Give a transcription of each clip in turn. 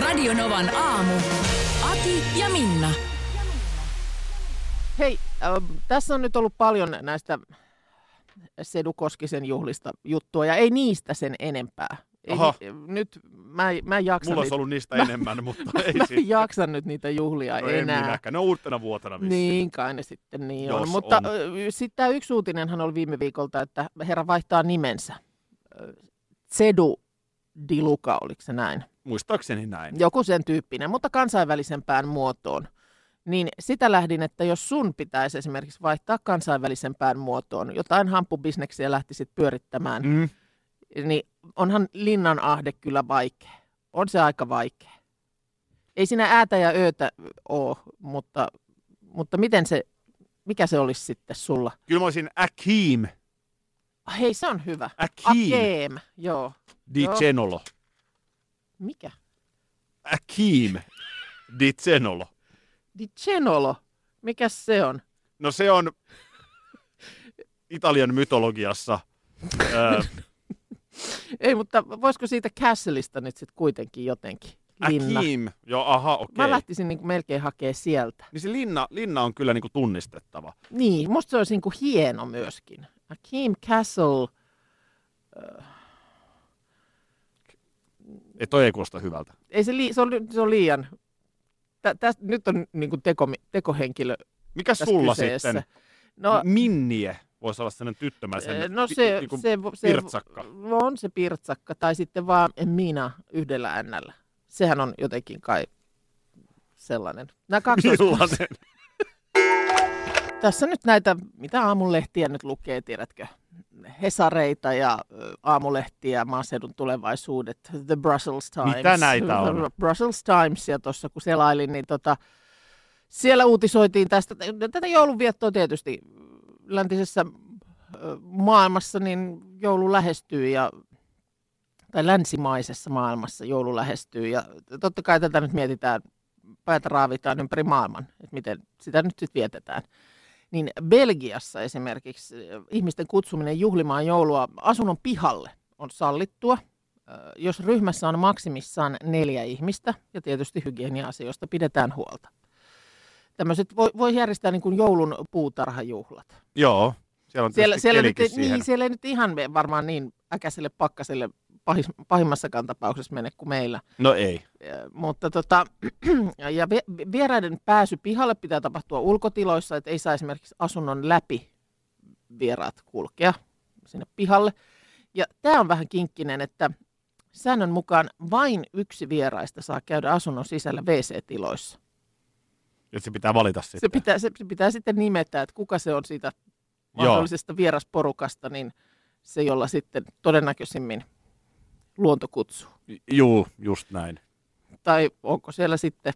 Radionovan aamu. Ati ja Minna. Hei, äh, tässä on nyt ollut paljon näistä Sedu Koskisen juhlista juttua, ja ei niistä sen enempää. Ei, Aha. ni- nyt mä, en- mä en jaksa Mulla niitä, olisi ollut niistä enemmän, mutta ei mä en siitä. jaksa nyt niitä juhlia No en enää. minäkään. Ne on uutena vuotena vissiin. Niin kai ne sitten niin on. Jos Mutta on. sitten tämä yksi uutinenhan oli viime viikolta, että herra vaihtaa nimensä. Ö, Sedu Diluka, oliko se näin? Muistaakseni näin. joku sen tyyppinen, mutta kansainvälisempään muotoon. Niin sitä lähdin, että jos sun pitäisi esimerkiksi vaihtaa kansainvälisempään muotoon, jotain hampubisneksiä lähtisit pyörittämään, Mm. mm. niin onhan linnan ahde kyllä vaikea. On se aika vaikea. Ei siinä äätä ja öötä ole, mutta, mutta miten se, mikä se olisi sitten sulla? Kyllä mä olisin Akim. Ah, Hei, se on hyvä. Akim. Akeem, joo. Di Joo. Cenolo. Mikä? Akim. Di Cenolo. Di Cenolo. Mikä se on? No se on Italian mytologiassa. Ö, Ei, mutta voisiko siitä Castleista nyt sitten kuitenkin jotenkin linna? Akim. Joo, aha, okei. Mä lähtisin niin melkein hakee sieltä. Niin se linna, linna on kyllä niinku tunnistettava. Niin, musta se olisi niin kuin hieno myöskin. Akeem Castle, Ei toi ei kuulosta hyvältä. ei se, li- se, on, li- se on liian... Tä, täs, nyt on niin kuin teko, tekohenkilö Mikä tässä sulla kyseessä. sitten? No, Minnie voisi olla sellainen tyttömäisen. eh, no pi- se, niinku se, vo- se, pirtsakka. No on se pirtsakka, tai sitten vaan Mina yhdellä ännällä. Sehän on jotenkin kai sellainen. Nämä kaksi olisi Millainen? Tässä nyt näitä, mitä aamulehtiä nyt lukee, tiedätkö? Hesareita ja ö, aamulehtiä, maaseudun tulevaisuudet, The Brussels Times. Mitä näitä on? Brussels Times, ja tuossa kun selailin, niin tota, siellä uutisoitiin tästä. Tätä joulunviettoa tietysti mm, läntisessä ö, maailmassa, niin joulu lähestyy ja tai länsimaisessa maailmassa joulu lähestyy. Ja totta kai tätä nyt mietitään, päätä raavitaan ympäri maailman, että miten sitä nyt sitten vietetään. Niin Belgiassa esimerkiksi eh, ihmisten kutsuminen juhlimaan joulua asunnon pihalle on sallittua, eh, jos ryhmässä on maksimissaan neljä ihmistä ja tietysti hygienia-asioista pidetään huolta. Tämmöiset voi, voi järjestää niin kuin joulun puutarhajuhlat. Joo, siellä on Siellä, tietysti siellä, nyt, kelikin ei- siihen. niin, siellä ei nyt ihan me- varmaan niin äkäiselle pakkaselle pahis, pahimmassakaan tapauksessa mene kuin meillä. No ei. Eh, Mutta tota, ja vi- vieraiden pääsy pihalle pitää tapahtua ulkotiloissa, että ei saa esimerkiksi asunnon läpi vieraat kulkea sinne pihalle. Ja tämä on vähän kinkkinen, että säännön mukaan vain yksi vieraista saa käydä asunnon sisällä WC-tiloissa. Että se pitää valita sitten. Se pitää, se se pitää sitten nimetä, että kuka se on siitä Joo. mahdollisesta vierasporukasta, niin se, jolla sitten todennäköisimmin luonto kutsuu. Juu, just näin. Tai onko siellä sitten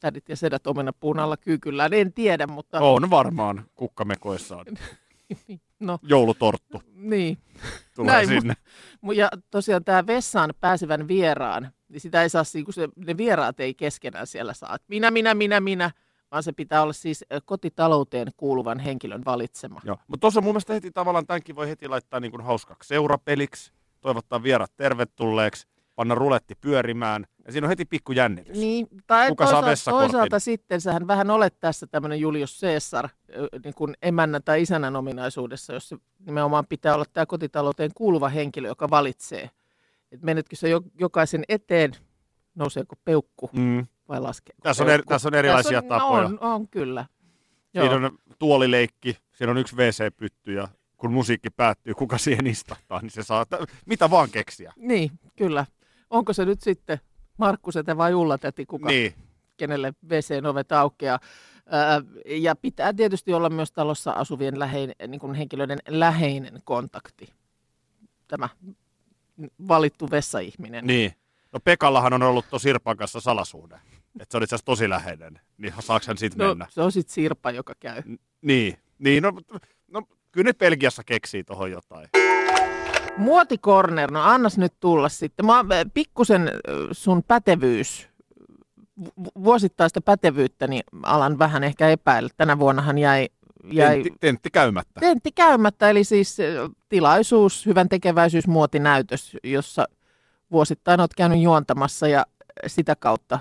tädit ja sedät omenapuun alla kyykyllään, en tiedä, mutta oh. On varmaan kukkamekoissaan. no Joulutorttu niin. tulee Näin, näin, sinne. Mu- Ja tosiaan tämä vessaan pääsevän vieraan, niin sitä ei saa, si- kun se, ne vieraat ei keskenään siellä saa, että minä, minä, minä, minä, vaan se pitää olla siis ö, kotitalouteen kuuluvan henkilön valitsema. Joo. Mutta tuossa mun mielestä heti tavallaan tämänkin voi heti laittaa niin kuin hauskaksi seurapeliksi, toivottaa vierat tervetulleeksi, panna ruletti pyörimään. Ja siinä on heti pikku jännitys. Niin, tai Kuka saa toisaalta, vessakortin? toisaalta sitten sähän vähän olet tässä tämmöinen Julius Caesar ö, niin kuin emännä tai isännän ominaisuudessa, jos se nimenomaan pitää olla tämä kotitalouteen kuuluva henkilö, joka valitsee. Et menetkö se jo, jokaisen eteen, nouseeko peukku Mm. vai laskeeko Tässä, on peukku? eri, tässä on erilaisia on, no tapoja. On, on kyllä. Joo. Siinä on tuolileikki, siinä on yksi WC-pytty ja kun musiikki päättyy, kuka siihen istahtaa, niin se saa t- mitä vaan keksiä. Niin, kyllä. Onko se nyt sitten Markkusetä vai Ulla-täti, kuka Niin. kenelle WCn ovet aukeaa. Ää, Ja pitää tietysti olla myös talossa asuvien lähein, niin kuin henkilöiden läheinen kontakti. Tämä valittu vessaihminen. niin. No Pekallahan on ollut tuossa Sirpan kanssa salasuhde. Että se on itse asiassa tosi läheinen. Niin saaks hän sit No, mennä? se on sitten Sirpa, joka käy. Niin. Niin, no, no kyllä ne Belgiassa keksii tohon jotain. Muotikorner, no annas nyt tulla sitten. Mä äh, pikkusen äh, sun pätevyys, vu- vuosittaista pätevyyttä, niin alan vähän ehkä epäillä. Tänä vuonnahan jäi, jäi Tentti, tentti käymättä. tentti käymättä, eli siis äh, tilaisuus, hyvän tekeväisyysmuotinäytös, jossa vuosittain olet käynyt juontamassa ja sitä kautta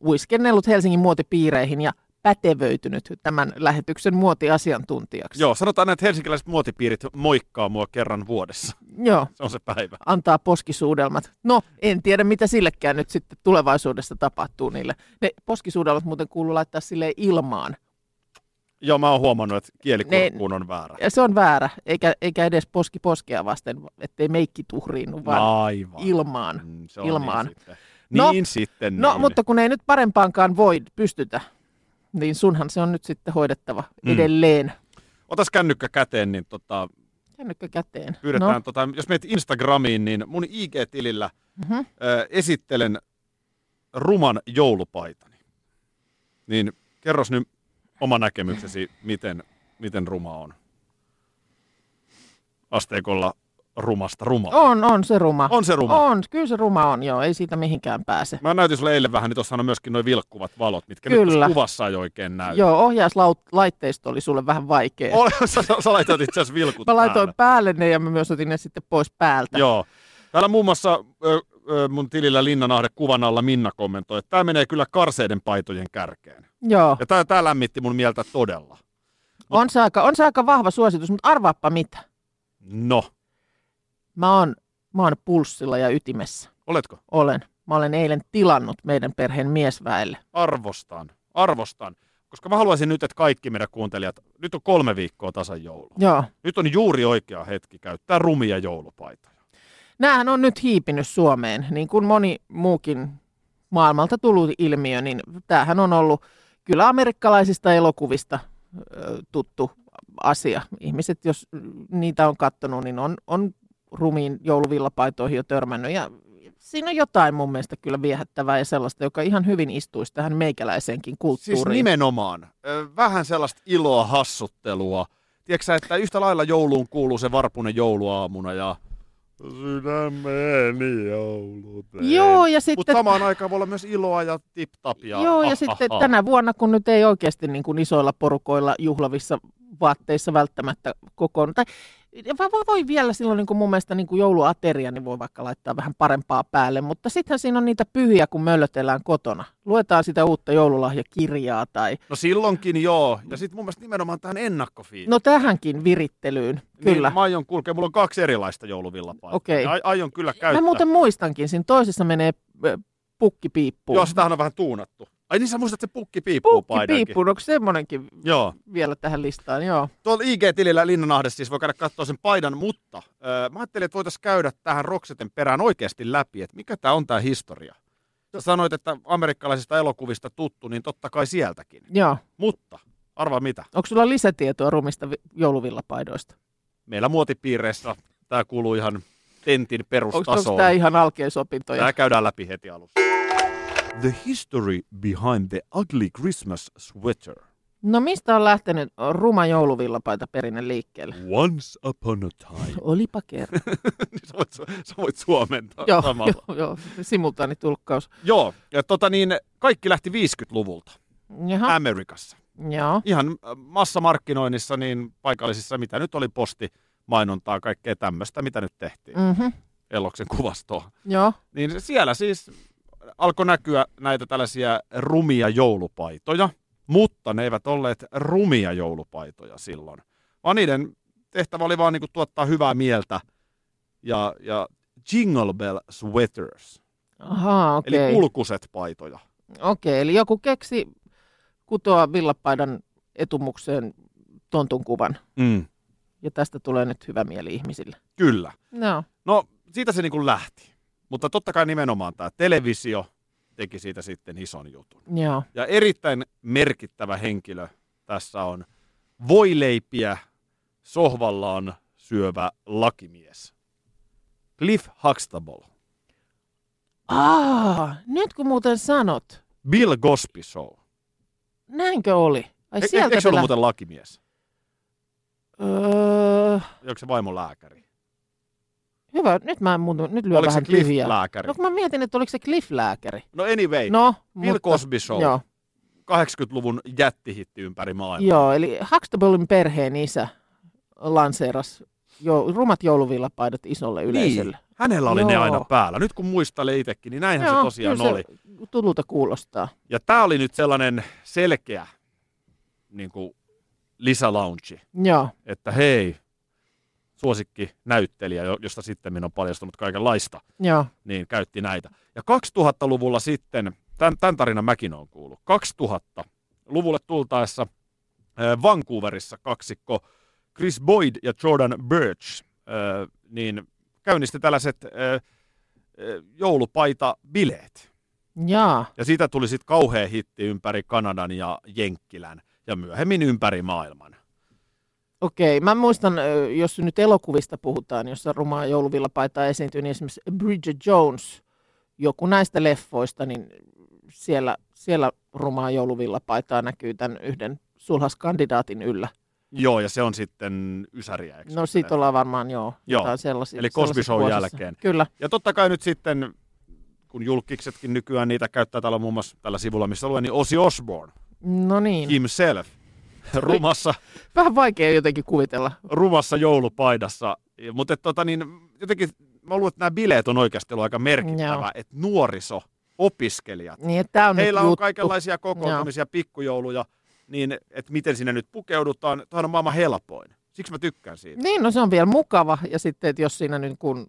uiskennellut Helsingin muotipiireihin ja pätevöitynyt tämän lähetyksen muotiasiantuntijaksi. Joo, sanotaan näin, että helsinkiläiset muotipiirit moikkaa mua kerran vuodessa. Joo. Se on se päivä. antaa poskisuudelmat. No, en tiedä mitä sillekään nyt sitten tulevaisuudessa tapahtuu niille. Ne poskisuudelmat muuten kuuluu laittaa sille ilmaan. Joo, mä oon huomannut, että Ne- kielikurkkuun on väärä. Ja se on väärä, eikä, eikä edes poski poskea vasten, ettei meikki tuhriinnu, vaan Aivan. ilmaan. Mm, se on ilmaan. Niin sitten. No- niin, sitten No, niin. mutta kun ei nyt parempaankaan voi pystytä, niin sunhan se on nyt sitten hoidettava Mm. mm. edelleen. niin. Otas kännykkä käteen, niin tota, Kännykkä käteen. pyydetään, No, no. tota, jos menet Instagramiin, niin mun IG-tilillä Mhm. ö, esittelen ruman joulupaitani. Niin kerros nyt oma näkemyksesi, miten, miten ruma on. Asteikolla rumasta rumaa. No, on, on se ruma. On se ruma. On, kyllä se ruma on, joo. Ei siitä mihinkään pääse. Mä näytin sulle eilen vähän, niin tuossa on myöskin noin vilkkuvat valot, mitkä nyt Kyllä. tuossa kuvassa ei oikein näy. Joo, ohjauslaitteisto oli sulle vähän vaikea. Ole, sä, sä laitoit itse asiassa vilkut Mä laitoin päälle päälle. ne ja mä myös otin ne sitten pois päältä. Joo. Täällä muun muassa ö, ö, mun tilillä Linnanahde kuvan alla Minna kommentoi, että tämä menee kyllä karseiden paitojen kärkeen. Joo. Ja tää, tää lämmitti mun mieltä todella. On, se aika, on se aika vahva suositus, mutta arvaappa mitä. No, Mä oon, mä oon pulssilla ja ytimessä. oletko? Olen. Mä olen eilen tilannut meidän perheen miesväelle. Arvostan, arvostan. Koska mä haluaisin nyt, että kaikki meidän kuuntelijat, nyt on kolme viikkoa tasan joulua. Joo. Nyt on juuri oikea hetki käyttää rumia joulupaitoja. Nämähän on nyt hiipinyt Suomeen, niin kuin moni muukin maailmalta tullut ilmiö, niin tämähän on ollut kyllä amerikkalaisista elokuvista ö, tuttu asia. Ihmiset, jos niitä on kattonut, niin on, on rumiin jouluvillapaitoihin jo törmännyt ja siinä on jotain mun mielestä kyllä viehättävää ja sellaista, joka ihan hyvin istuisi tähän meikäläiseenkin Siis kulttuuriin. nimenomaan, ö, vähän sellaista iloa, hassuttelua. Tiedätkö sä, että yhtä lailla jouluun kuuluu se varpunen jouluaamuna ja sydämeni joulut. Joo, ja Mutta sitten samaan aikaan voi olla myös iloa ja tip-tapia. Joo, ja sitten tänä vuonna, kun nyt ei oikeasti niin kuin isoilla porukoilla juhlavissa vaatteissa välttämättä kokoon, tai vai voi, voi vielä silloin niin kuin mun mielestä niin kuin jouluateria, niin voi vaikka laittaa vähän parempaa päälle, mutta sittenhän siinä on niitä pyhiä, kun möllötellään kotona. Luetaan sitä uutta joululahjakirjaa tai, No silloinkin joo. Ja sitten mun mielestä nimenomaan tähän ennakkofiin. no tähänkin virittelyyn, kyllä. Niin, mä aion kulkea. Mulla on kaksi erilaista jouluvillapaitaa. Okei. Ja ai- aion kyllä käyttää. Mä muuten muistankin, siinä toisessa menee ö, pukki piippuun. Joo, sitähän on vähän tuunattu. Ai niin sä muistat se pukki piippuu pukki piippuun, onko semmoinenkin Joo. vielä tähän listaan, joo. Tuolla IG-tilillä Linnanahdessa siis voi käydä katsoa sen paidan, mutta öö, mä ajattelin, että voitaisiin käydä tähän Rokseten perään oikeasti läpi, että mikä tämä on tämä historia. Sä sanoit, että amerikkalaisista elokuvista tuttu, niin totta kai sieltäkin. Joo. Mutta arva mitä? Onko sulla lisätietoa rumista vi- jouluvillapaidoista? Meillä muotipiireissä tämä kuuluu ihan tentin Onko perustasoon. tämä ihan alkeisopintoja? Tämä käydään läpi heti alussa. The history behind the ugly Christmas sweater. No mistä on lähtenyt ruma jouluvillapaita perinne liikkeelle? Once upon a time. Olipa kerran. Niin sä, voit, su- sä voit suomentaa joo, samalla. joo, joo, simultaanitulkkaus. Joo, ja tota niin, kaikki lähti 50-luvulta Jaha, Amerikassa. joo. Ihan äh, massamarkkinoinnissa, niin paikallisissa, mitä nyt oli posti, mainontaa, kaikkea tämmöistä, mitä nyt tehtiin. Mm. Mm-hmm. Eloksen kuvastoa. Joo, Niin se- siellä siis alkoi näkyä näitä tällaisia rumia joulupaitoja, mutta ne eivät olleet rumia joulupaitoja silloin, vaan niiden tehtävä oli vaan niinku tuottaa hyvää mieltä ja, ja jingle bell sweaters, ahaa, eli okei. Okay. kulkuset paitoja. Okei, eli joku keksi kutoa villapaidan etumukseen tontun kuvan. Mm. Ja tästä tulee nyt hyvä mieli ihmisille. Kyllä. No, No, siitä se niinku lähti. Mutta totta kai nimenomaan tämä televisio teki siitä sitten ison jutun. joo. Ja erittäin merkittävä henkilö tässä on voileipiä sohvallaan syövä lakimies. Cliff Huxtable. Aa, nyt kun muuten sanot, Bill Cosby Show. näinkö oli? Ai E- e- sieltä Eikö se ollut pelä- muuten lakimies? öö, Onko se vaimo lääkäri? hyvä, nyt mä en muutu, nyt lyön Oliko se vähän Cliff tyhjää. lääkäri? No kun mä mietin, että oliko se Cliff-lääkäri. No anyway, No, Bill mutta... Cosby Show. Joo, 80-luvun jättihitti ympäri maailmaa. joo, eli Huxtablein perheen isä lanseeras jo, rumat jouluvillapaidat isolle yleisölle. Niin, hänellä oli Joo. ne Joo. aina päällä. Nyt kun muistelee itsekin, niin näinhän Joo, se tosiaan kyllä oli. Se tutulta kuulostaa. Ja tämä oli nyt sellainen selkeä niin kuin lisälaunchi, Joo, että hei, suosikki näyttelijä, josta sitten on paljastunut kaikenlaista, joo. niin käytti näitä. Ja 2000-luvulla sitten, tämän, tämän tarinan mäkin olen kuullut, 2000-luvulle tultaessa äh, Vancouverissa kaksikko Chris Boyd ja Jordan Birch äh, niin käynnisti tällaiset äh, äh, joulupaita-bileet. Jaa. Ja siitä tuli sitten kauhea hitti ympäri Kanadan ja Jenkkilän ja myöhemmin ympäri maailman. Okei, mä muistan, ö, jos nyt elokuvista puhutaan, jossa rumaa jouluvillapaitaa esiintyy, niin esimerkiksi Bridget Jones, joku näistä leffoista, niin siellä, siellä rumaa jouluvillapaitaa näkyy tämän yhden sulhaskandidaatin yllä. Joo, ja se on sitten Ysäriä. eikö No se siitä ole? ollaan varmaan joo, Joo, jotain sellaisia. eli Cosby sellaisissa Shown vuosissa. jälkeen. Kyllä, Ja totta kai nyt sitten, kun julkiksetkin nykyään niitä käyttää täällä muun muassa tällä sivulla, missä luen, niin Ozzy Osbourne no niin. himself rumassa, Vähän vaikea jotenkin kuvitella. rumassa joulupaidassa. Ja- Mutta et tota niin, jotenkin mä luulen, että nämä bileet on oikeasti ollut aika merkittävä, Joo. että nuoriso, opiskelijat, Niin, että tää on Heillä nyt on juttu. kaikenlaisia kokoontumisia, pikkujouluja, niin että miten sinne nyt pukeudutaan. Tuohan on maailman helpoin. Siksi mä tykkään siitä. Niin, no se on vielä mukava. Ja sitten, että jos siinä niin kun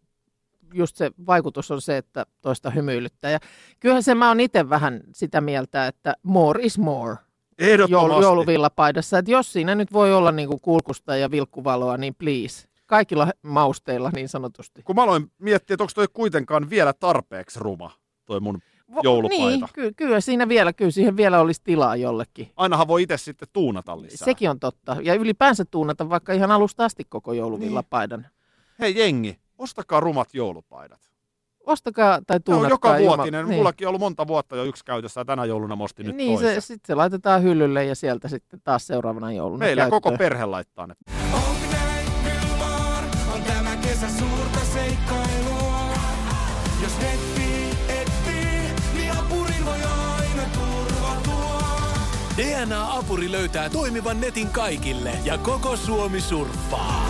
just se vaikutus on se, että toista hymyilyttää. Ja kyllähän se mä oon itse vähän sitä mieltä, että more is more Ehdottomasti. joulu, jouluvillapaidassa. Että jos siinä nyt voi olla niin kuin kulkusta ja vilkkuvaloa, niin please. Kaikilla he- mausteilla niin sanotusti. Kun mä aloin miettiä, että onko toi kuitenkaan vielä tarpeeksi ruma, toi mun. Vo- Joulupaita. Niin, ky- kyllä siinä vielä, kyllä siihen vielä olisi tilaa jollekin. Ainahan voi itse sitten tuunata lisää. Sekin on totta. Ja ylipäänsä tuunata vaikka ihan alusta asti koko jouluvillapaidan. Niin. Hei jengi, ostakaa rumat joulupaidat. Ostakaa tai Ne on tuunatkaa. joka ilman- vuotinen. Niin. Mullakin on ollut monta vuotta jo yksi käytössä ja tänä jouluna mosti nyt niin, se, toisen. sit se laitetaan hyllylle ja sieltä sitten taas seuraavana jouluna Meillä käyttöön. koko perhe laittaa ne. Onko näin kyllä vaan? On tämä kesä suurta seikkailua. Jos netti etsii, niin apurin voi aina turvautua. DNA-apuri löytää toimivan netin kaikille ja koko Suomi surffaa.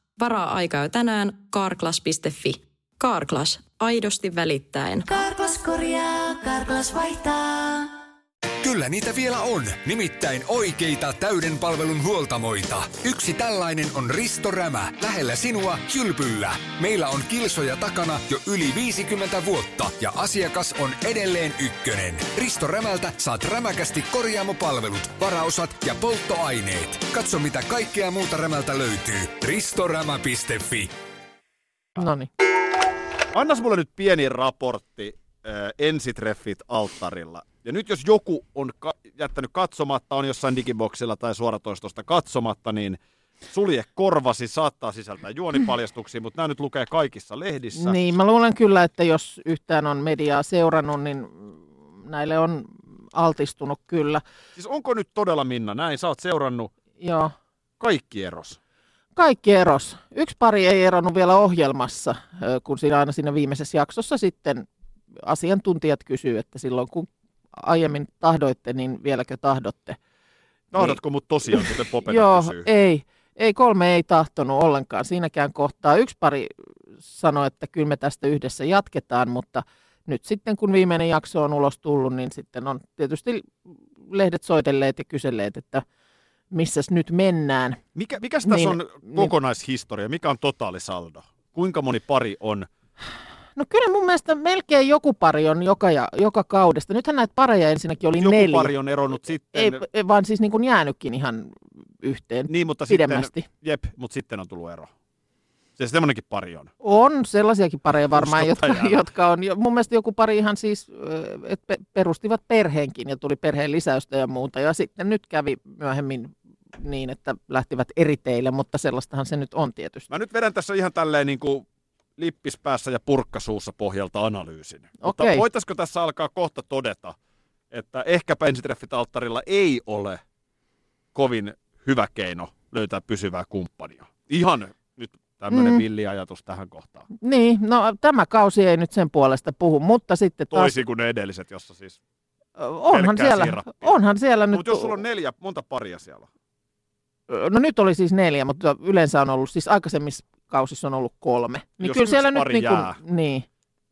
Varaa aikaa jo tänään karklas.fi. Karklas, aidosti välittäen. Karklas korjaa, Karklas vaihtaa. Kyllä niitä vielä on, nimittäin oikeita täyden palvelun huoltamoita. Yksi tällainen on Risto Rämä, lähellä sinua kylpyllä. Meillä on kilsoja takana jo yli 50 vuotta ja asiakas on edelleen ykkönen. Risto Rämältä saat rämäkästi korjaamopalvelut, varaosat ja polttoaineet. Katso mitä kaikkea muuta Rämältä löytyy. ristorämä.fi Noniin. Annas mulle nyt pieni raportti äh, ensitreffit alttarilla. Ja nyt jos joku on ka- jättänyt katsomatta, on jossain digiboksilla tai suoratoistosta katsomatta, niin sulje korvasi, saattaa sisältää juonipaljastuksia, mutta nämä nyt lukee kaikissa lehdissä. Niin, mä luulen kyllä, että jos yhtään on mediaa seurannut, niin näille on altistunut kyllä. Siis onko nyt todella Minna näin? Sä oot seurannut Joo. kaikki eros. Kaikki eros. Yksi pari ei eronnut vielä ohjelmassa, ö, kun siinä aina siinä viimeisessä jaksossa sitten asiantuntijat kysyy, että silloin kun aiemmin tahdoitte, niin vieläkö tahdotte. Tahdatko mut tosiaan, kuten Popeta Niin. Joo, e- kysyy? ei. Ei, kolme ei tahtonut ollenkaan siinäkään kohtaa. Yksi pari sanoi, että kyllä me tästä yhdessä jatketaan, mutta nyt sitten kun viimeinen jakso on ulos tullut, niin sitten on tietysti lehdet soitelleet ja kyselleet, että missäs nyt mennään. Mikä, mikäs tässä Niin, on niin. kokonaishistoria? Mikä on totaalisaldo? Kuinka moni pari on No kyllä mun mielestä melkein joku pari on joka, ja, joka kaudesta. Nythän näitä pareja ensinnäkin oli Joku neljä. pari on eronnut sitten. Ei, ei, vaan siis niin kuin jäänytkin ihan yhteen niin, mutta pidemmästi. sitten, jep, mutta sitten on tullut ero. Se semmoinenkin pari on. On sellaisiakin pareja varmaan, jotka, Uskotaan jäävä. jotka on. jo- Mun mielestä joku pari ihan siis, ö, et pe- perustivat perheenkin ja tuli perheen lisäystä ja muuta. Ja sitten nyt kävi myöhemmin niin, että lähtivät eri teille, mutta sellaistahan se nyt on tietysti. Mä nyt vedän tässä ihan tälleen niin kuin lippis päässä ja purkkasuussa pohjalta analyysin. Mutta Okei. voitaisiko tässä alkaa kohta todeta, että ehkäpä ensitreffit alttarilla ei ole kovin hyvä keino löytää pysyvää kumppania. Ihan nyt tämmöinen Mm. mm. villi ajatus tähän kohtaan. Niin, no tämä kausi ei nyt sen puolesta puhu, mutta sitten taas Toisin kuin ne edelliset, jossa siis... ö, onhan pelkkää siellä, siirappia. onhan siellä nyt... Mutta jos sulla on neljä, monta paria siellä? No nyt oli siis neljä, mutta yleensä on ollut, siis aikaisemmissa kausissa on ollut kolme. Niin Jos kyllä siellä yksi nyt pari niin, jää. kuin, niin,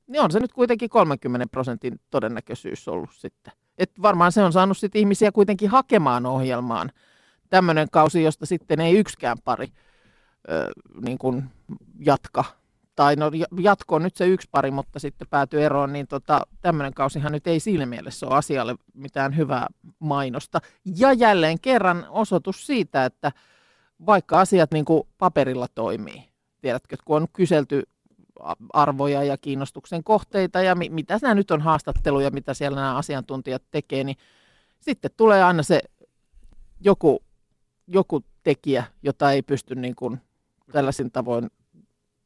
niin on se nyt kuitenkin 30 prosentin todennäköisyys ollut sitten. Et varmaan se on saanut sit ihmisiä kuitenkin hakemaan ohjelmaan. Tämmöinen kausi, josta sitten ei yksikään pari ö, niin kuin jatka. Tai no ja- jatko on nyt se yksi pari, mutta sitten päätyy eroon, niin tota, tämmöinen kausihan nyt ei siinä mielessä ole asialle mitään hyvää mainosta. Ja jälleen kerran osoitus siitä, että vaikka asiat niin kuin paperilla toimii, tiedätkö, kun on kyselty a- arvoja ja kiinnostuksen kohteita ja mi- mitä nämä nyt on haastatteluja, mitä siellä nämä asiantuntijat tekee, niin sitten tulee aina se joku, joku tekijä, jota ei pysty niin kuin tällaisin tavoin niinku-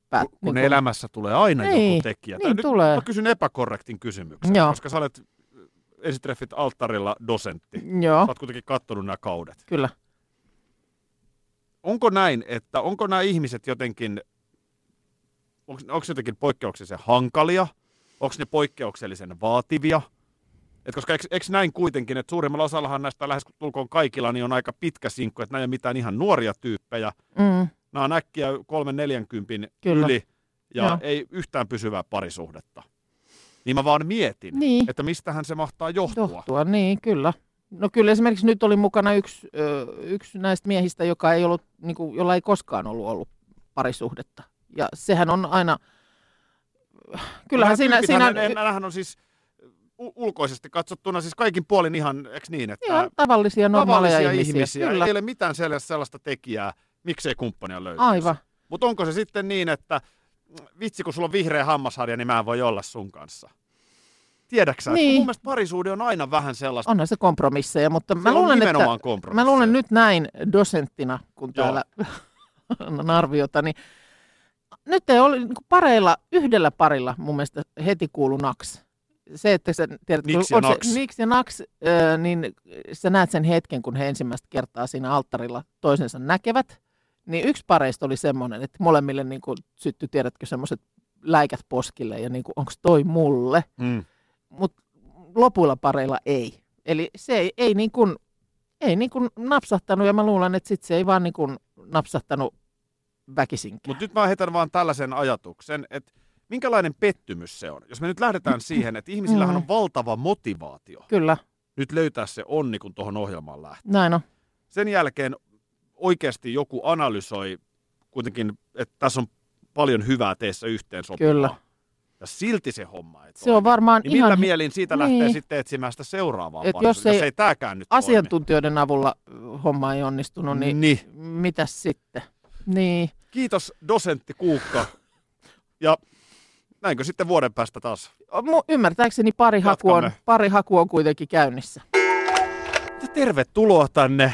päät- Kun niin elämässä tulee aina Niin, joku tekijä. Tää Niin nyt tulee. Mä kysyn epäkorrektin kysymyksen, Joo. koska sä olet äh, esitreffit alttarilla dosentti. Sä Joo, oot kuitenkin kattonut nämä kaudet. kyllä. Onko näin, että onko nämä ihmiset jotenkin, onko, onko jotenkin poikkeuksellisen hankalia? Onko ne poikkeuksellisen vaativia? Et koska eikö, eikö näin kuitenkin, että suurimmalla osallahan näistä lähes tulkoon kaikilla, niin on aika pitkä sinkku, että nämä ei ole mitään ihan nuoria tyyppejä. Mm, Nämä on äkkiä kolmen neljänkympin Kyllä. yli ja Joo. ei yhtään pysyvää parisuhdetta. Niin mä vaan mietin, Niin. että mistähän se mahtaa johtua. johtua, niin kyllä. No kyllä esimerkiksi nyt oli mukana yksi, ö, yksi näistä miehistä, joka ei ollut, niin kuin, jolla ei koskaan ollut ollut parisuhdetta. Ja sehän on aina, kyllähän Nämä siinä, tyypithän, siinä ne- Nämähän on siis u- ulkoisesti katsottuna siis kaikin puolin ihan, eikö niin, että ihan tavallisia normaaleja tavallisia ihmisiä. ihmisiä, ihmisiä Kyllä, ei ole mitään sellaista, sellaista tekijää, miksei kumppania löytyisi. aivan. Mutta onko se sitten niin, että mm, vitsi kun sulla on vihreä hammasharja, niin mä en voi olla sun kanssa. Tiedäksä, että Niin. mun mielestä parisuhde on aina vähän sellaista, Onhan se kompromisseja, mutta se mä on luulen, että, nimenomaan mä kompromisseja. luulen nyt näin dosenttina, kun Joo. täällä on arviota, niin nyt ei ole niin pareilla, yhdellä parilla mun mielestä heti kuulu naks. Se, että sä tiedät, kun Niks ja on naks. Se, niks ja naks, ö, niin sä näet sen hetken, kun he ensimmäistä kertaa siinä alttarilla toisensa näkevät. Niin yksi pareista oli semmoinen, että molemmille niin kuin syttyi, tiedätkö, semmoiset läikät poskille ja niin onko toi mulle Mm. mutta lopuilla pareilla ei. Eli se ei, ei, niin kuin, ei niin kuin napsahtanut ja mä luulen, että sit se ei vaan niin kuin napsahtanut väkisinkään. Mutta nyt mä heitän vaan tällaisen ajatuksen, että minkälainen pettymys se on. Jos me nyt lähdetään siihen, että ihmisillähän Mm. on valtava motivaatio Kyllä, nyt löytää se onni, kun tuohon ohjelmaan lähtee. näin on. sen jälkeen oikeasti joku analysoi kuitenkin, että tässä on paljon hyvää teissä yhteen sopivaa. Kyllä. Ja silti se homma ei Se on varmaan niin millä ihan mielin siitä lähtee niin. sitten etsimään sitä seuraavaa Et parisuhdetta, jos ei- jos ei tääkään nyt asiantuntijoiden avulla ö, homma ei onnistunut, toimi? niin, Niin. niin. mitäs sitten? Niin, Kiitos dosentti Kuukka. Ja näinkö sitten vuoden päästä taas? O, mu- ymmärtääkseni pari haku, on, Jatkamme. pari haku on kuitenkin käynnissä. Ja tervetuloa tänne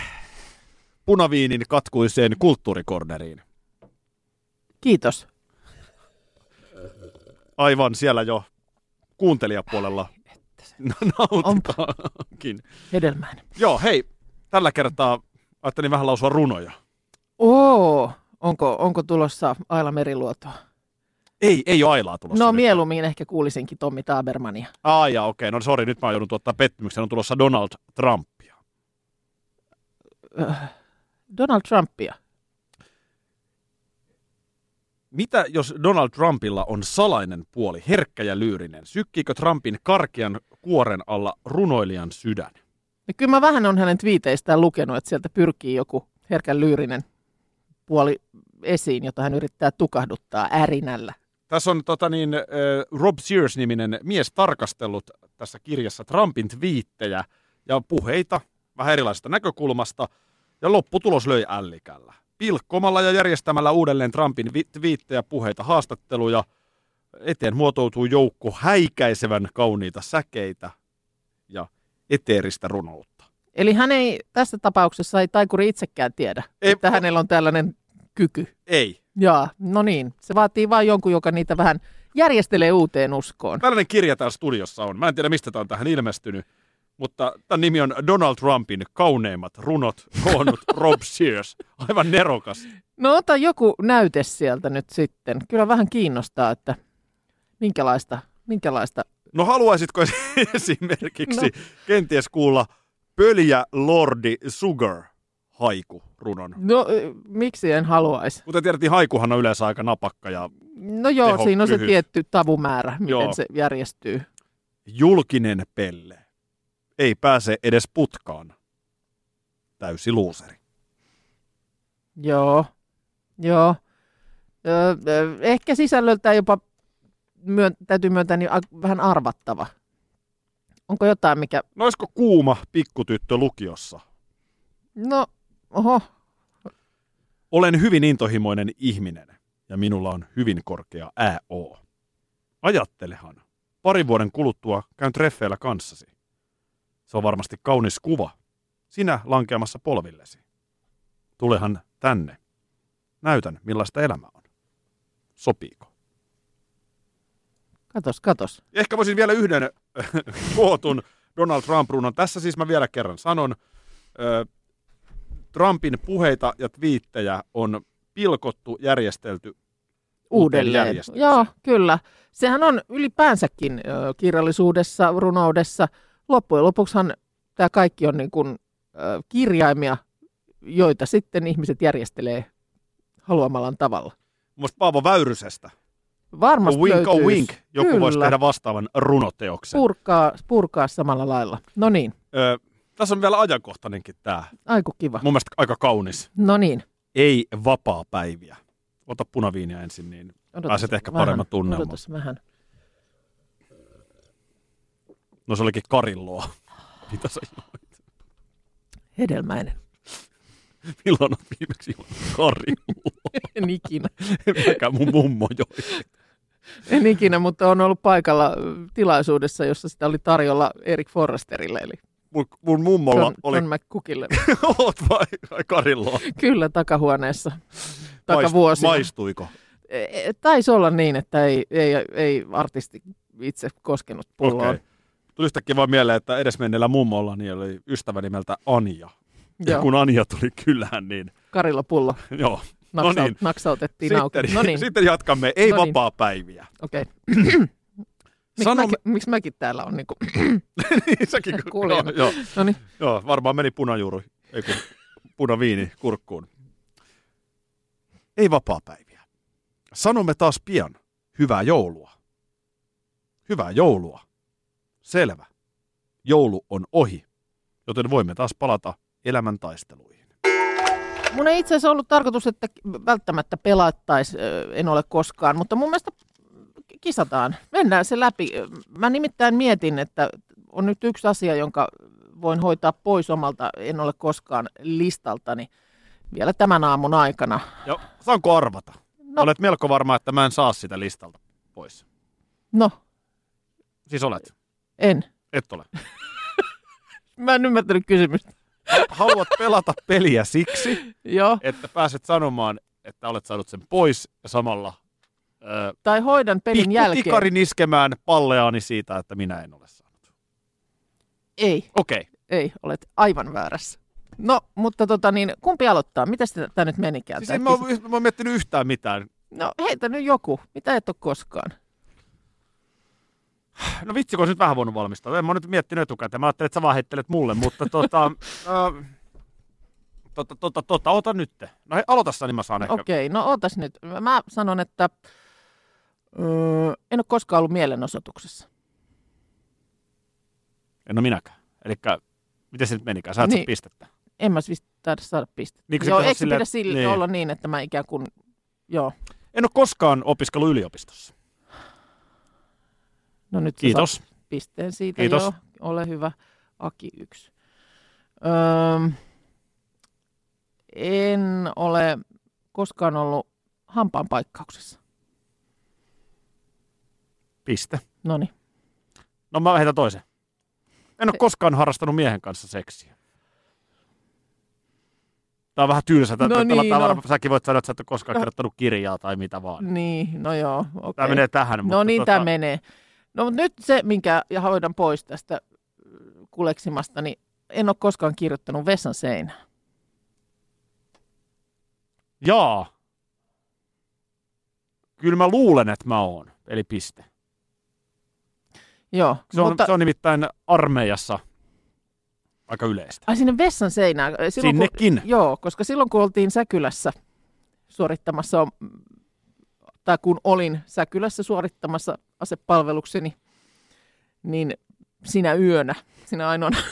punaviinin katkuiseen kulttuurikorneriin. Kiitos. Aivan siellä jo kuuntelijapuolella nautitaankin. Hedelmäinen. Joo, hei. Tällä kertaa ajattelin vähän lausua runoja. Oo, onko, onko tulossa Aila Meriluotoa? Ei, ei ole Ailaa tulossa. No nyt. mieluummin ehkä kuulisinkin Tommi Tabermania. Ai jaa, okei. No sori, nyt mä joudun tuottaa pettymyksen. On tulossa Donald Trumpia. Donald Trumpia. Mitä jos Donald Trumpilla on salainen puoli, herkkä ja lyyrinen? Sykkiikö Trumpin karkean kuoren alla runoilijan sydän? No kyllä mä vähän on hänen twiiteistään lukenut, että sieltä pyrkii joku herkän lyyrinen puoli esiin, jota hän yrittää tukahduttaa ärinällä. Tässä on tota niin, äh, Rob Sears-niminen mies tarkastellut tässä kirjassa Trumpin twiittejä ja puheita vähän erilaisesta näkökulmasta, ja lopputulos löi ällikällä. Pilkkomalla ja järjestämällä uudelleen Trumpin vi- twiittejä, puheita, haastatteluja, eteen muotoutuu joukko häikäisevän kauniita säkeitä ja eteeristä runoutta. Eli hän ei, tässä tapauksessa ei taikuri itsekään tiedä, Ei- ei, että hänellä on tällainen kyky. Ei. Jaa, no niin. Se vaatii vain jonkun, joka niitä vähän järjestelee uuteen uskoon. Tällainen kirja täällä studiossa on. Mä en tiedä, mistä tämä on tähän ilmestynyt, mutta tämän nimi on Donald Trumpin kauneimmat runot koonnut Rob Sears. Aivan nerokas. No ota joku näyte sieltä nyt sitten. Kyllä vähän kiinnostaa, että minkälaista, minkälaista. No haluaisitko esimerkiksi no. kenties kuulla Pöljä Lordi Sugar haikurunon? No ö, miksi en haluaisi? Kuten tiedettiin, haikuhan on yleensä aika napakka ja No joo, Teho siinä on se lyhyt. tietty tavumäärä, miten Joo. se järjestyy. julkinen pelle. Ei pääse edes putkaan. Täysi luuseri. Joo, joo. Ö, ö, ehkä sisällöltään jopa, myön, täytyy myöntää, niin a- vähän arvattava. Onko jotain, mikä... No olisiko kuuma pikkutyttö lukiossa? No, oho, Olen hyvin intohimoinen ihminen ja minulla on hyvin korkea ÄO. Ajattelehan, parin vuoden kuluttua käyn treffeillä kanssasi. Se on varmasti kaunis kuva, sinä lankeamassa polvillesi. Tulehan tänne. Näytän, millaista elämä on. Sopiiko? katos, katos. Ehkä voisin vielä yhden äh, kootun Donald Trump-runon. Tässä siis mä vielä kerran sanon. Ö, Trumpin puheita ja twiittejä on pilkottu, järjestelty Uudelleen. järjestykseen. Joo, kyllä. Sehän on ylipäänsäkin ö, kirjallisuudessa, runoudessa. Loppujen lopuksihan tämä kaikki on niin kuin, ö, kirjaimia, joita sitten ihmiset järjestelee haluamallaan tavalla. Musta Paavo Väyrysestä. A Varmasti wink, a löytyisi. wink. Joku siis. Kyllä. voisi tehdä vastaavan runoteoksen. Purkaa, purkaa samalla lailla. No niin, Öö, tässä on vielä ajankohtainenkin tämä. aiku kiva. Mun mielestä aika kaunis. No niin. Ei vapaa päiviä. Ota punaviiniä ensin, niin odotas pääset ehkä vähän, paremman tunnelman. Odotas vähän. No se olikin karilloa. Mitä sä joit? Hedelmäinen. Milloin on viimeksi juonut karilloa? En ikinä. Mikä mun mummo joi. En ikinä, mutta on ollut paikalla ö, tilaisuudessa, jossa sitä oli tarjolla Erik Forresterille, eli Mun, mun mummolla John, oli... John McCookille. Oot vai, vai karilloa? Kyllä, takahuoneessa. Takavuosina. Maistuiko? E- e- Taisi olla niin, että ei, ei, ei artisti itse koskenut pulloon. Okei. Tuli yhtäkkiä vaan mieleen, että edesmenneellä mummolla niin oli ystävä nimeltä Anja. Ja Joo, kun Anja tuli kylään, niin Karilla pullo joo. naksaut, No niin. naksautettiin auki. Sitten, No niin, sitten jatkamme, ei No niin. vapaa päiviä. okei. Miksi Sano, mäkin, miksi mäkin täällä on niin kuin, säkin, kuulin. joo, joo, no niin, joo, varmaan meni punajuuri, ei kun punaviini kurkkuun. Ei vapaa päiviä. Sanomme taas pian, hyvää joulua. Hyvää joulua. Selvä. Joulu on ohi, joten voimme taas palata elämän taisteluihin. Mun ei itse asiassa ollut tarkoitus, että välttämättä pelattaisi, en ole koskaan, mutta mun mielestä kisataan. Mennään se läpi. Ö, Mä nimittäin mietin, että on nyt yksi asia, jonka voin hoitaa pois omalta en ole koskaan listaltani vielä tämän aamun aikana. Ja saanko arvata? No. No, Olet melko varma, että mä en saa sitä listalta pois. no Siis olet. en. Et ole. Mä en ymmärtänyt kysymystä. Haluat pelata peliä siksi, Joo. että pääset sanomaan, että olet saanut sen pois ja samalla öö, Tai hoidan pelin jälkeen. pikkutikarin iskemään palleaani siitä, että minä en ole saanut. Ei, Okei. Okay. ei, olet aivan väärässä. No, mutta tota niin, kumpi aloittaa? Mitä tämä nyt menikään? Siis tää en mä, kisa? oo- mä oon miettinyt yhtään mitään. No heitä nyt joku. Mitä et ole koskaan? No vitsi, kun ois nyt vähän voinut valmistaa. En mä oon nyt miettinyt etukäteen. Mä ajattelin, että sä vaan heittelet mulle, mutta tota... öö, Tota, tota, tota, ota nyt. No hei, aloita sä, niin mä saan ehkä. Okay. Okei, no ootas nyt. Mä sanon, että öö, en ole koskaan ollut mielenosoituksessa. En ole minäkään. Eli miten se nyt menikään? Sä et niin. Niin. pistettä. En mä siis taida saada pistettä. Niin, kun se joo, pitäisi olla eikö se silleen, pidä sille että- niin. olla niin, että mä ikään kuin... Joo. En ole koskaan opiskellut yliopistossa. No nyt sä Kiitos. saat pisteen siitä Kiitos. joo. Ole hyvä. Aki 1. Öö, en ole koskaan ollut hampaanpaikkauksessa. Piste. No niin. No mä heitän toisen. En ole koskaan harrastanut miehen kanssa seksiä. Tämä on vähän tylsä. Tää, No no niin, niin, tää, no. varmaan, säkin voit sanoa, että sä et ole koskaan No. kirjoittanut kirjaa tai mitä vaan. Niin, no joo. Okay. Tämä menee tähän. No mutta niin, tota, tämä menee. No mutta nyt se, minkä ja hoidan pois tästä mm, kuleksimasta, niin en ole koskaan kirjoittanut vessan seinään. Jaa. Kyllä mä luulen, että mä oon. Eli piste. Joo, Se on, mutta... Mutta... se on nimittäin armeijassa aika yleistä. Ai sinne vessan seinään. äh, Silloin, Sinnekin. Kun, joo, koska silloin kun oltiin Säkylässä suorittamassa, tai kun olin Säkylässä suorittamassa asepalvelukseni, niin sinä yönä, sinä ainoana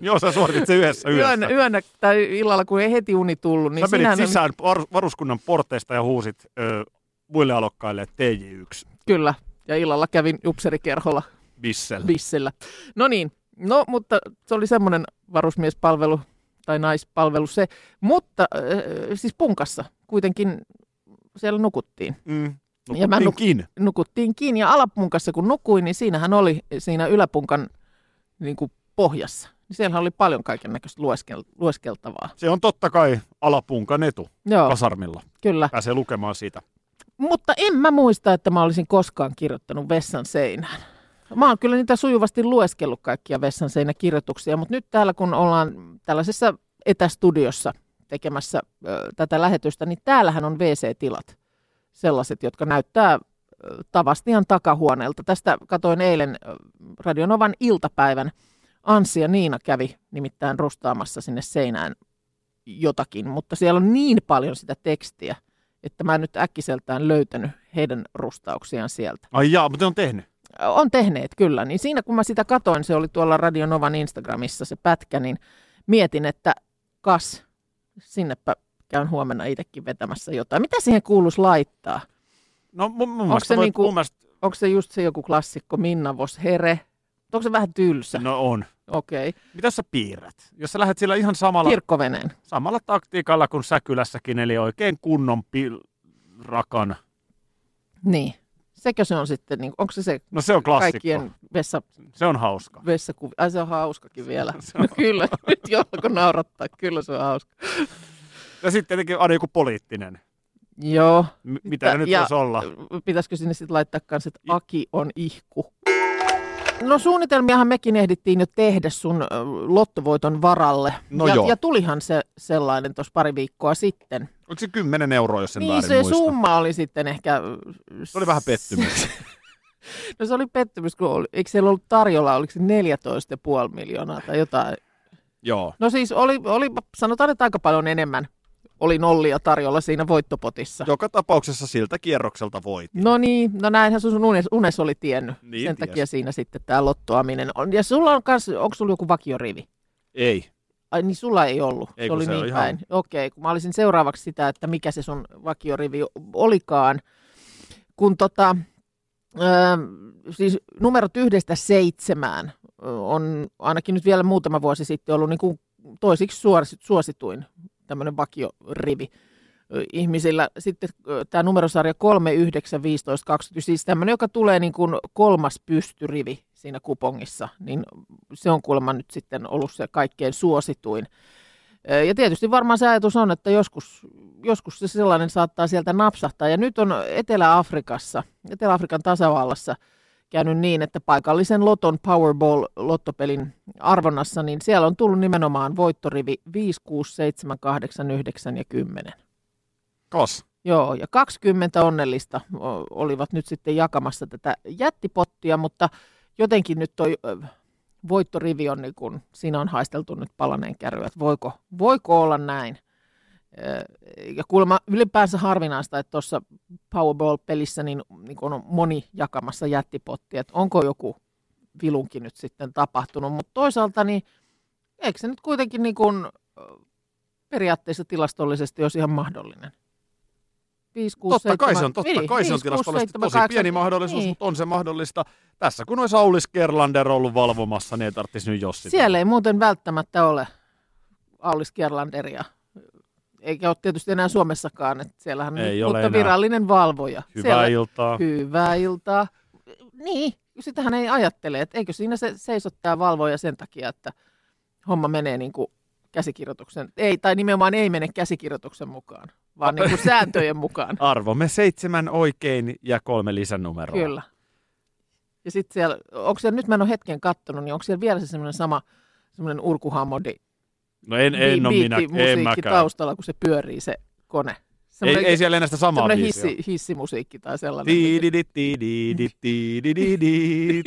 Joo, sä suoritit se yhdessä yössä. yönä, yönä tai illalla, kun ei heti uni tullut, niin Sä sinä... menit sisään var- varuskunnan porteista ja huusit ö, muille alokkaille TJ1 Kyllä, ja illalla kävin upserikerholla bissellä. Bissellä. No niin, no mutta se oli semmoinen varusmiespalvelu tai naispalvelu se, mutta äh, siis punkassa kuitenkin siellä nukuttiin. Mm. Ja mä nuk- Nukuttiinkin. Nukuttiin kiinni ja alapunkassa kun nukuin, niin siinähän oli siinä yläpunkan niin kuin pohjassa. Niin siellähän oli paljon kaiken näköistä lueskel- lueskeltavaa. Se on totta kai alapunkan etu Joo, kasarmilla. kyllä. Pääsee lukemaan siitä. Mutta en mä muista, että mä olisin koskaan kirjoittanut vessan seinään. Mä oon kyllä niitä sujuvasti lueskellut kaikkia vessan seinäkirjoituksia, mutta nyt täällä kun ollaan tällaisessa etästudiossa tekemässä ö, tätä lähetystä, niin täällähän on WC-tilat. Sellaiset, jotka näyttää ö, tavastian takahuoneelta. Tästä katoin eilen ö, Radionovan iltapäivän. Anssi ja Niina kävi nimittäin rustaamassa sinne seinään jotakin, mutta siellä on niin paljon sitä tekstiä, että mä en nyt äkkiseltään löytänyt heidän rustauksiaan sieltä. Ai jaa, mutta ne on tehnyt. On tehneet kyllä, niin siinä kun mä sitä katoin, se oli tuolla Radio Novan Instagramissa se pätkä, niin mietin, että kas, sinnepä käyn huomenna itsekin vetämässä jotain. Mitä siihen kuuluisi laittaa? No mun, mun mielestä se voit, niinku- mun mielestä, Onko se just se joku klassikko Minna Vos Here? Onko se vähän tylsä? no on. Okei. Okay. Mitä sä piirrät? Jos sä lähdet sillä ihan samalla, Kirkkoveneen. samalla taktiikalla kuin Säkylässäkin, eli oikein kunnon pil- rakan. Niin. Sekö se on sitten, niin, onko se se No se on klassikko. kaikkien vessa, Se on hauska. vessakuvi? Ai se on hauskakin vielä. Se No on- kyllä, nyt jollakin naurattaa. Kyllä se on hauska. Ja sitten tietenkin aina joku poliittinen. Joo. M- mitä ne nyt Ja- voisi olla? Pitäisikö sinne sitten laittaa kans, että Aki on ihku? No suunnitelmiahan mekin ehdittiin jo tehdä sun ö, lottovoiton varalle. No ja, joo. ja tulihan se sellainen tuossa pari viikkoa sitten. Oliko se 10 euroa, jos en niin väärin se muista? summa oli sitten ehkä... Se oli vähän pettymys. no se oli pettymys, kun oli, eikö siellä ollut tarjolla, oliko se 14,5 miljoonaa tai jotain. Joo. No siis oli, oli sanotaan, että aika paljon enemmän oli nollia tarjolla siinä voittopotissa. Joka tapauksessa siltä kierrokselta voit. No niin, no näinhän sun unes, unes oli tiennyt. Niin Sen ties. takia siinä sitten tämä lottoaminen on. Ja sulla on kans, onko sulla joku vakiorivi? Ei. Ai niin sulla ei ollut, Ei, se kun oli se niin on ihan- päin. Okei, kun mä olisin seuraavaksi sitä, että mikä se sun vakiorivi olikaan. Kun tota, ö, siis numerot yhdestä seitsemään ö, on ainakin nyt vielä muutama vuosi sitten ollut niin kuin toisiksi suosi- suosituin tämmöinen vakiorivi ö, ihmisillä. Sitten tämä numerosarja 3, 9, 15, 20, siis tämmöinen, joka tulee niin kuin kolmas pystyrivi siinä kupongissa, niin se on kuulemma nyt sitten ollut se kaikkein suosituin. Ö, Ja tietysti varmaan se ajatus on, että joskus, joskus se sellainen saattaa sieltä napsahtaa. Ja nyt on Etelä-Afrikassa, Etelä-Afrikan tasavallassa käynyt niin, että paikallisen Loton Powerball-lottopelin arvonnassa, niin siellä on tullut nimenomaan voittorivi 5, 6, 7, 8, 9 ja 10. Kas. Joo, ja 20 onnellista o, olivat nyt sitten jakamassa tätä jättipottia, mutta jotenkin nyt toi ö, voittorivi on niin kun, siinä on haisteltu nyt palaneen kärryä, että voiko, voiko olla näin. Ö, Ja kuulemma ylipäänsä harvinaista, että tuossa Powerball-pelissä niin, niin kun on moni jakamassa jättipottia, että onko joku vilunki nyt sitten tapahtunut, mutta toisaalta niin eikö se nyt kuitenkin niin kun, ö, periaatteessa tilastollisesti olisi ihan mahdollinen? 5, 6, Totta 7, kai se on, totta kai se on tilastollisesti tosi pieni mahdollisuus, Niin. mutta on se mahdollista. Tässä kun olisi Aulis Kerlander ollut valvomassa, niin ei tarvitsisi nyt jos sitä. Siellä ei muuten välttämättä ole Aulis Kierlanderia. Eikä ole tietysti enää Suomessakaan, että siellähän on Ei nyt- ole mutta enää. virallinen valvoja. Hyvää Siellä- iltaa. Hyvää iltaa. Niin, sitähän ei ajattele, että eikö siinä se seisottaa valvoja sen takia, että homma menee niin kuin käsikirjoituksen, ei, tai nimenomaan ei mene käsikirjoituksen mukaan, vaan niin kuin sääntöjen mukaan. Arvomme seitsemän oikein ja kolme lisänumeroa. Kyllä. Ja sitten siellä, onko siellä, nyt mä en ole hetken kattonut, niin onko siellä vielä se semmoinen sama semmoinen urkuhamodi No en, en ole minä, en biittimusiikki mäkään. taustalla, kun se pyörii se kone. Ei, ei siellä enää sitä samaa semmoinen biisiä. hissi, hissimusiikki tai sellainen. Niin mikä- Tiididi, tiididi, tiididi,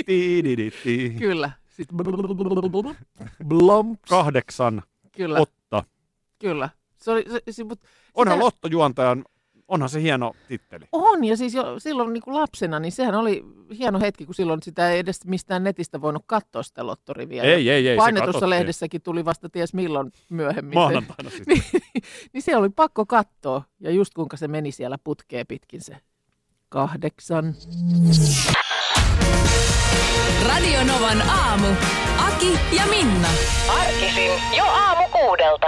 tiididi, tiididi. Kyllä. Sitten blom, Kahdeksan kyllä, otta. kyllä. Se oli, se, se, mut Onhan sitä- lottojuontajan, onhan se hieno titteli. On, ja siis jo silloin niin kuin lapsena, niin sehän oli hieno hetki, kun silloin sitä ei edes mistään netistä voinut katsoa sitä lottoriviä. Ei, ei, ei. se Painetussa katsottiin. lehdessäkin tuli vasta ties milloin myöhemmin. se- Maanantaina sitten. niin, niin se oli pakko katsoa. Ja just kuinka se meni siellä putkeen pitkin se kahdeksan. Radio Novan aamu. Aki ja Minna. Arkisin jo aamu kuudelta.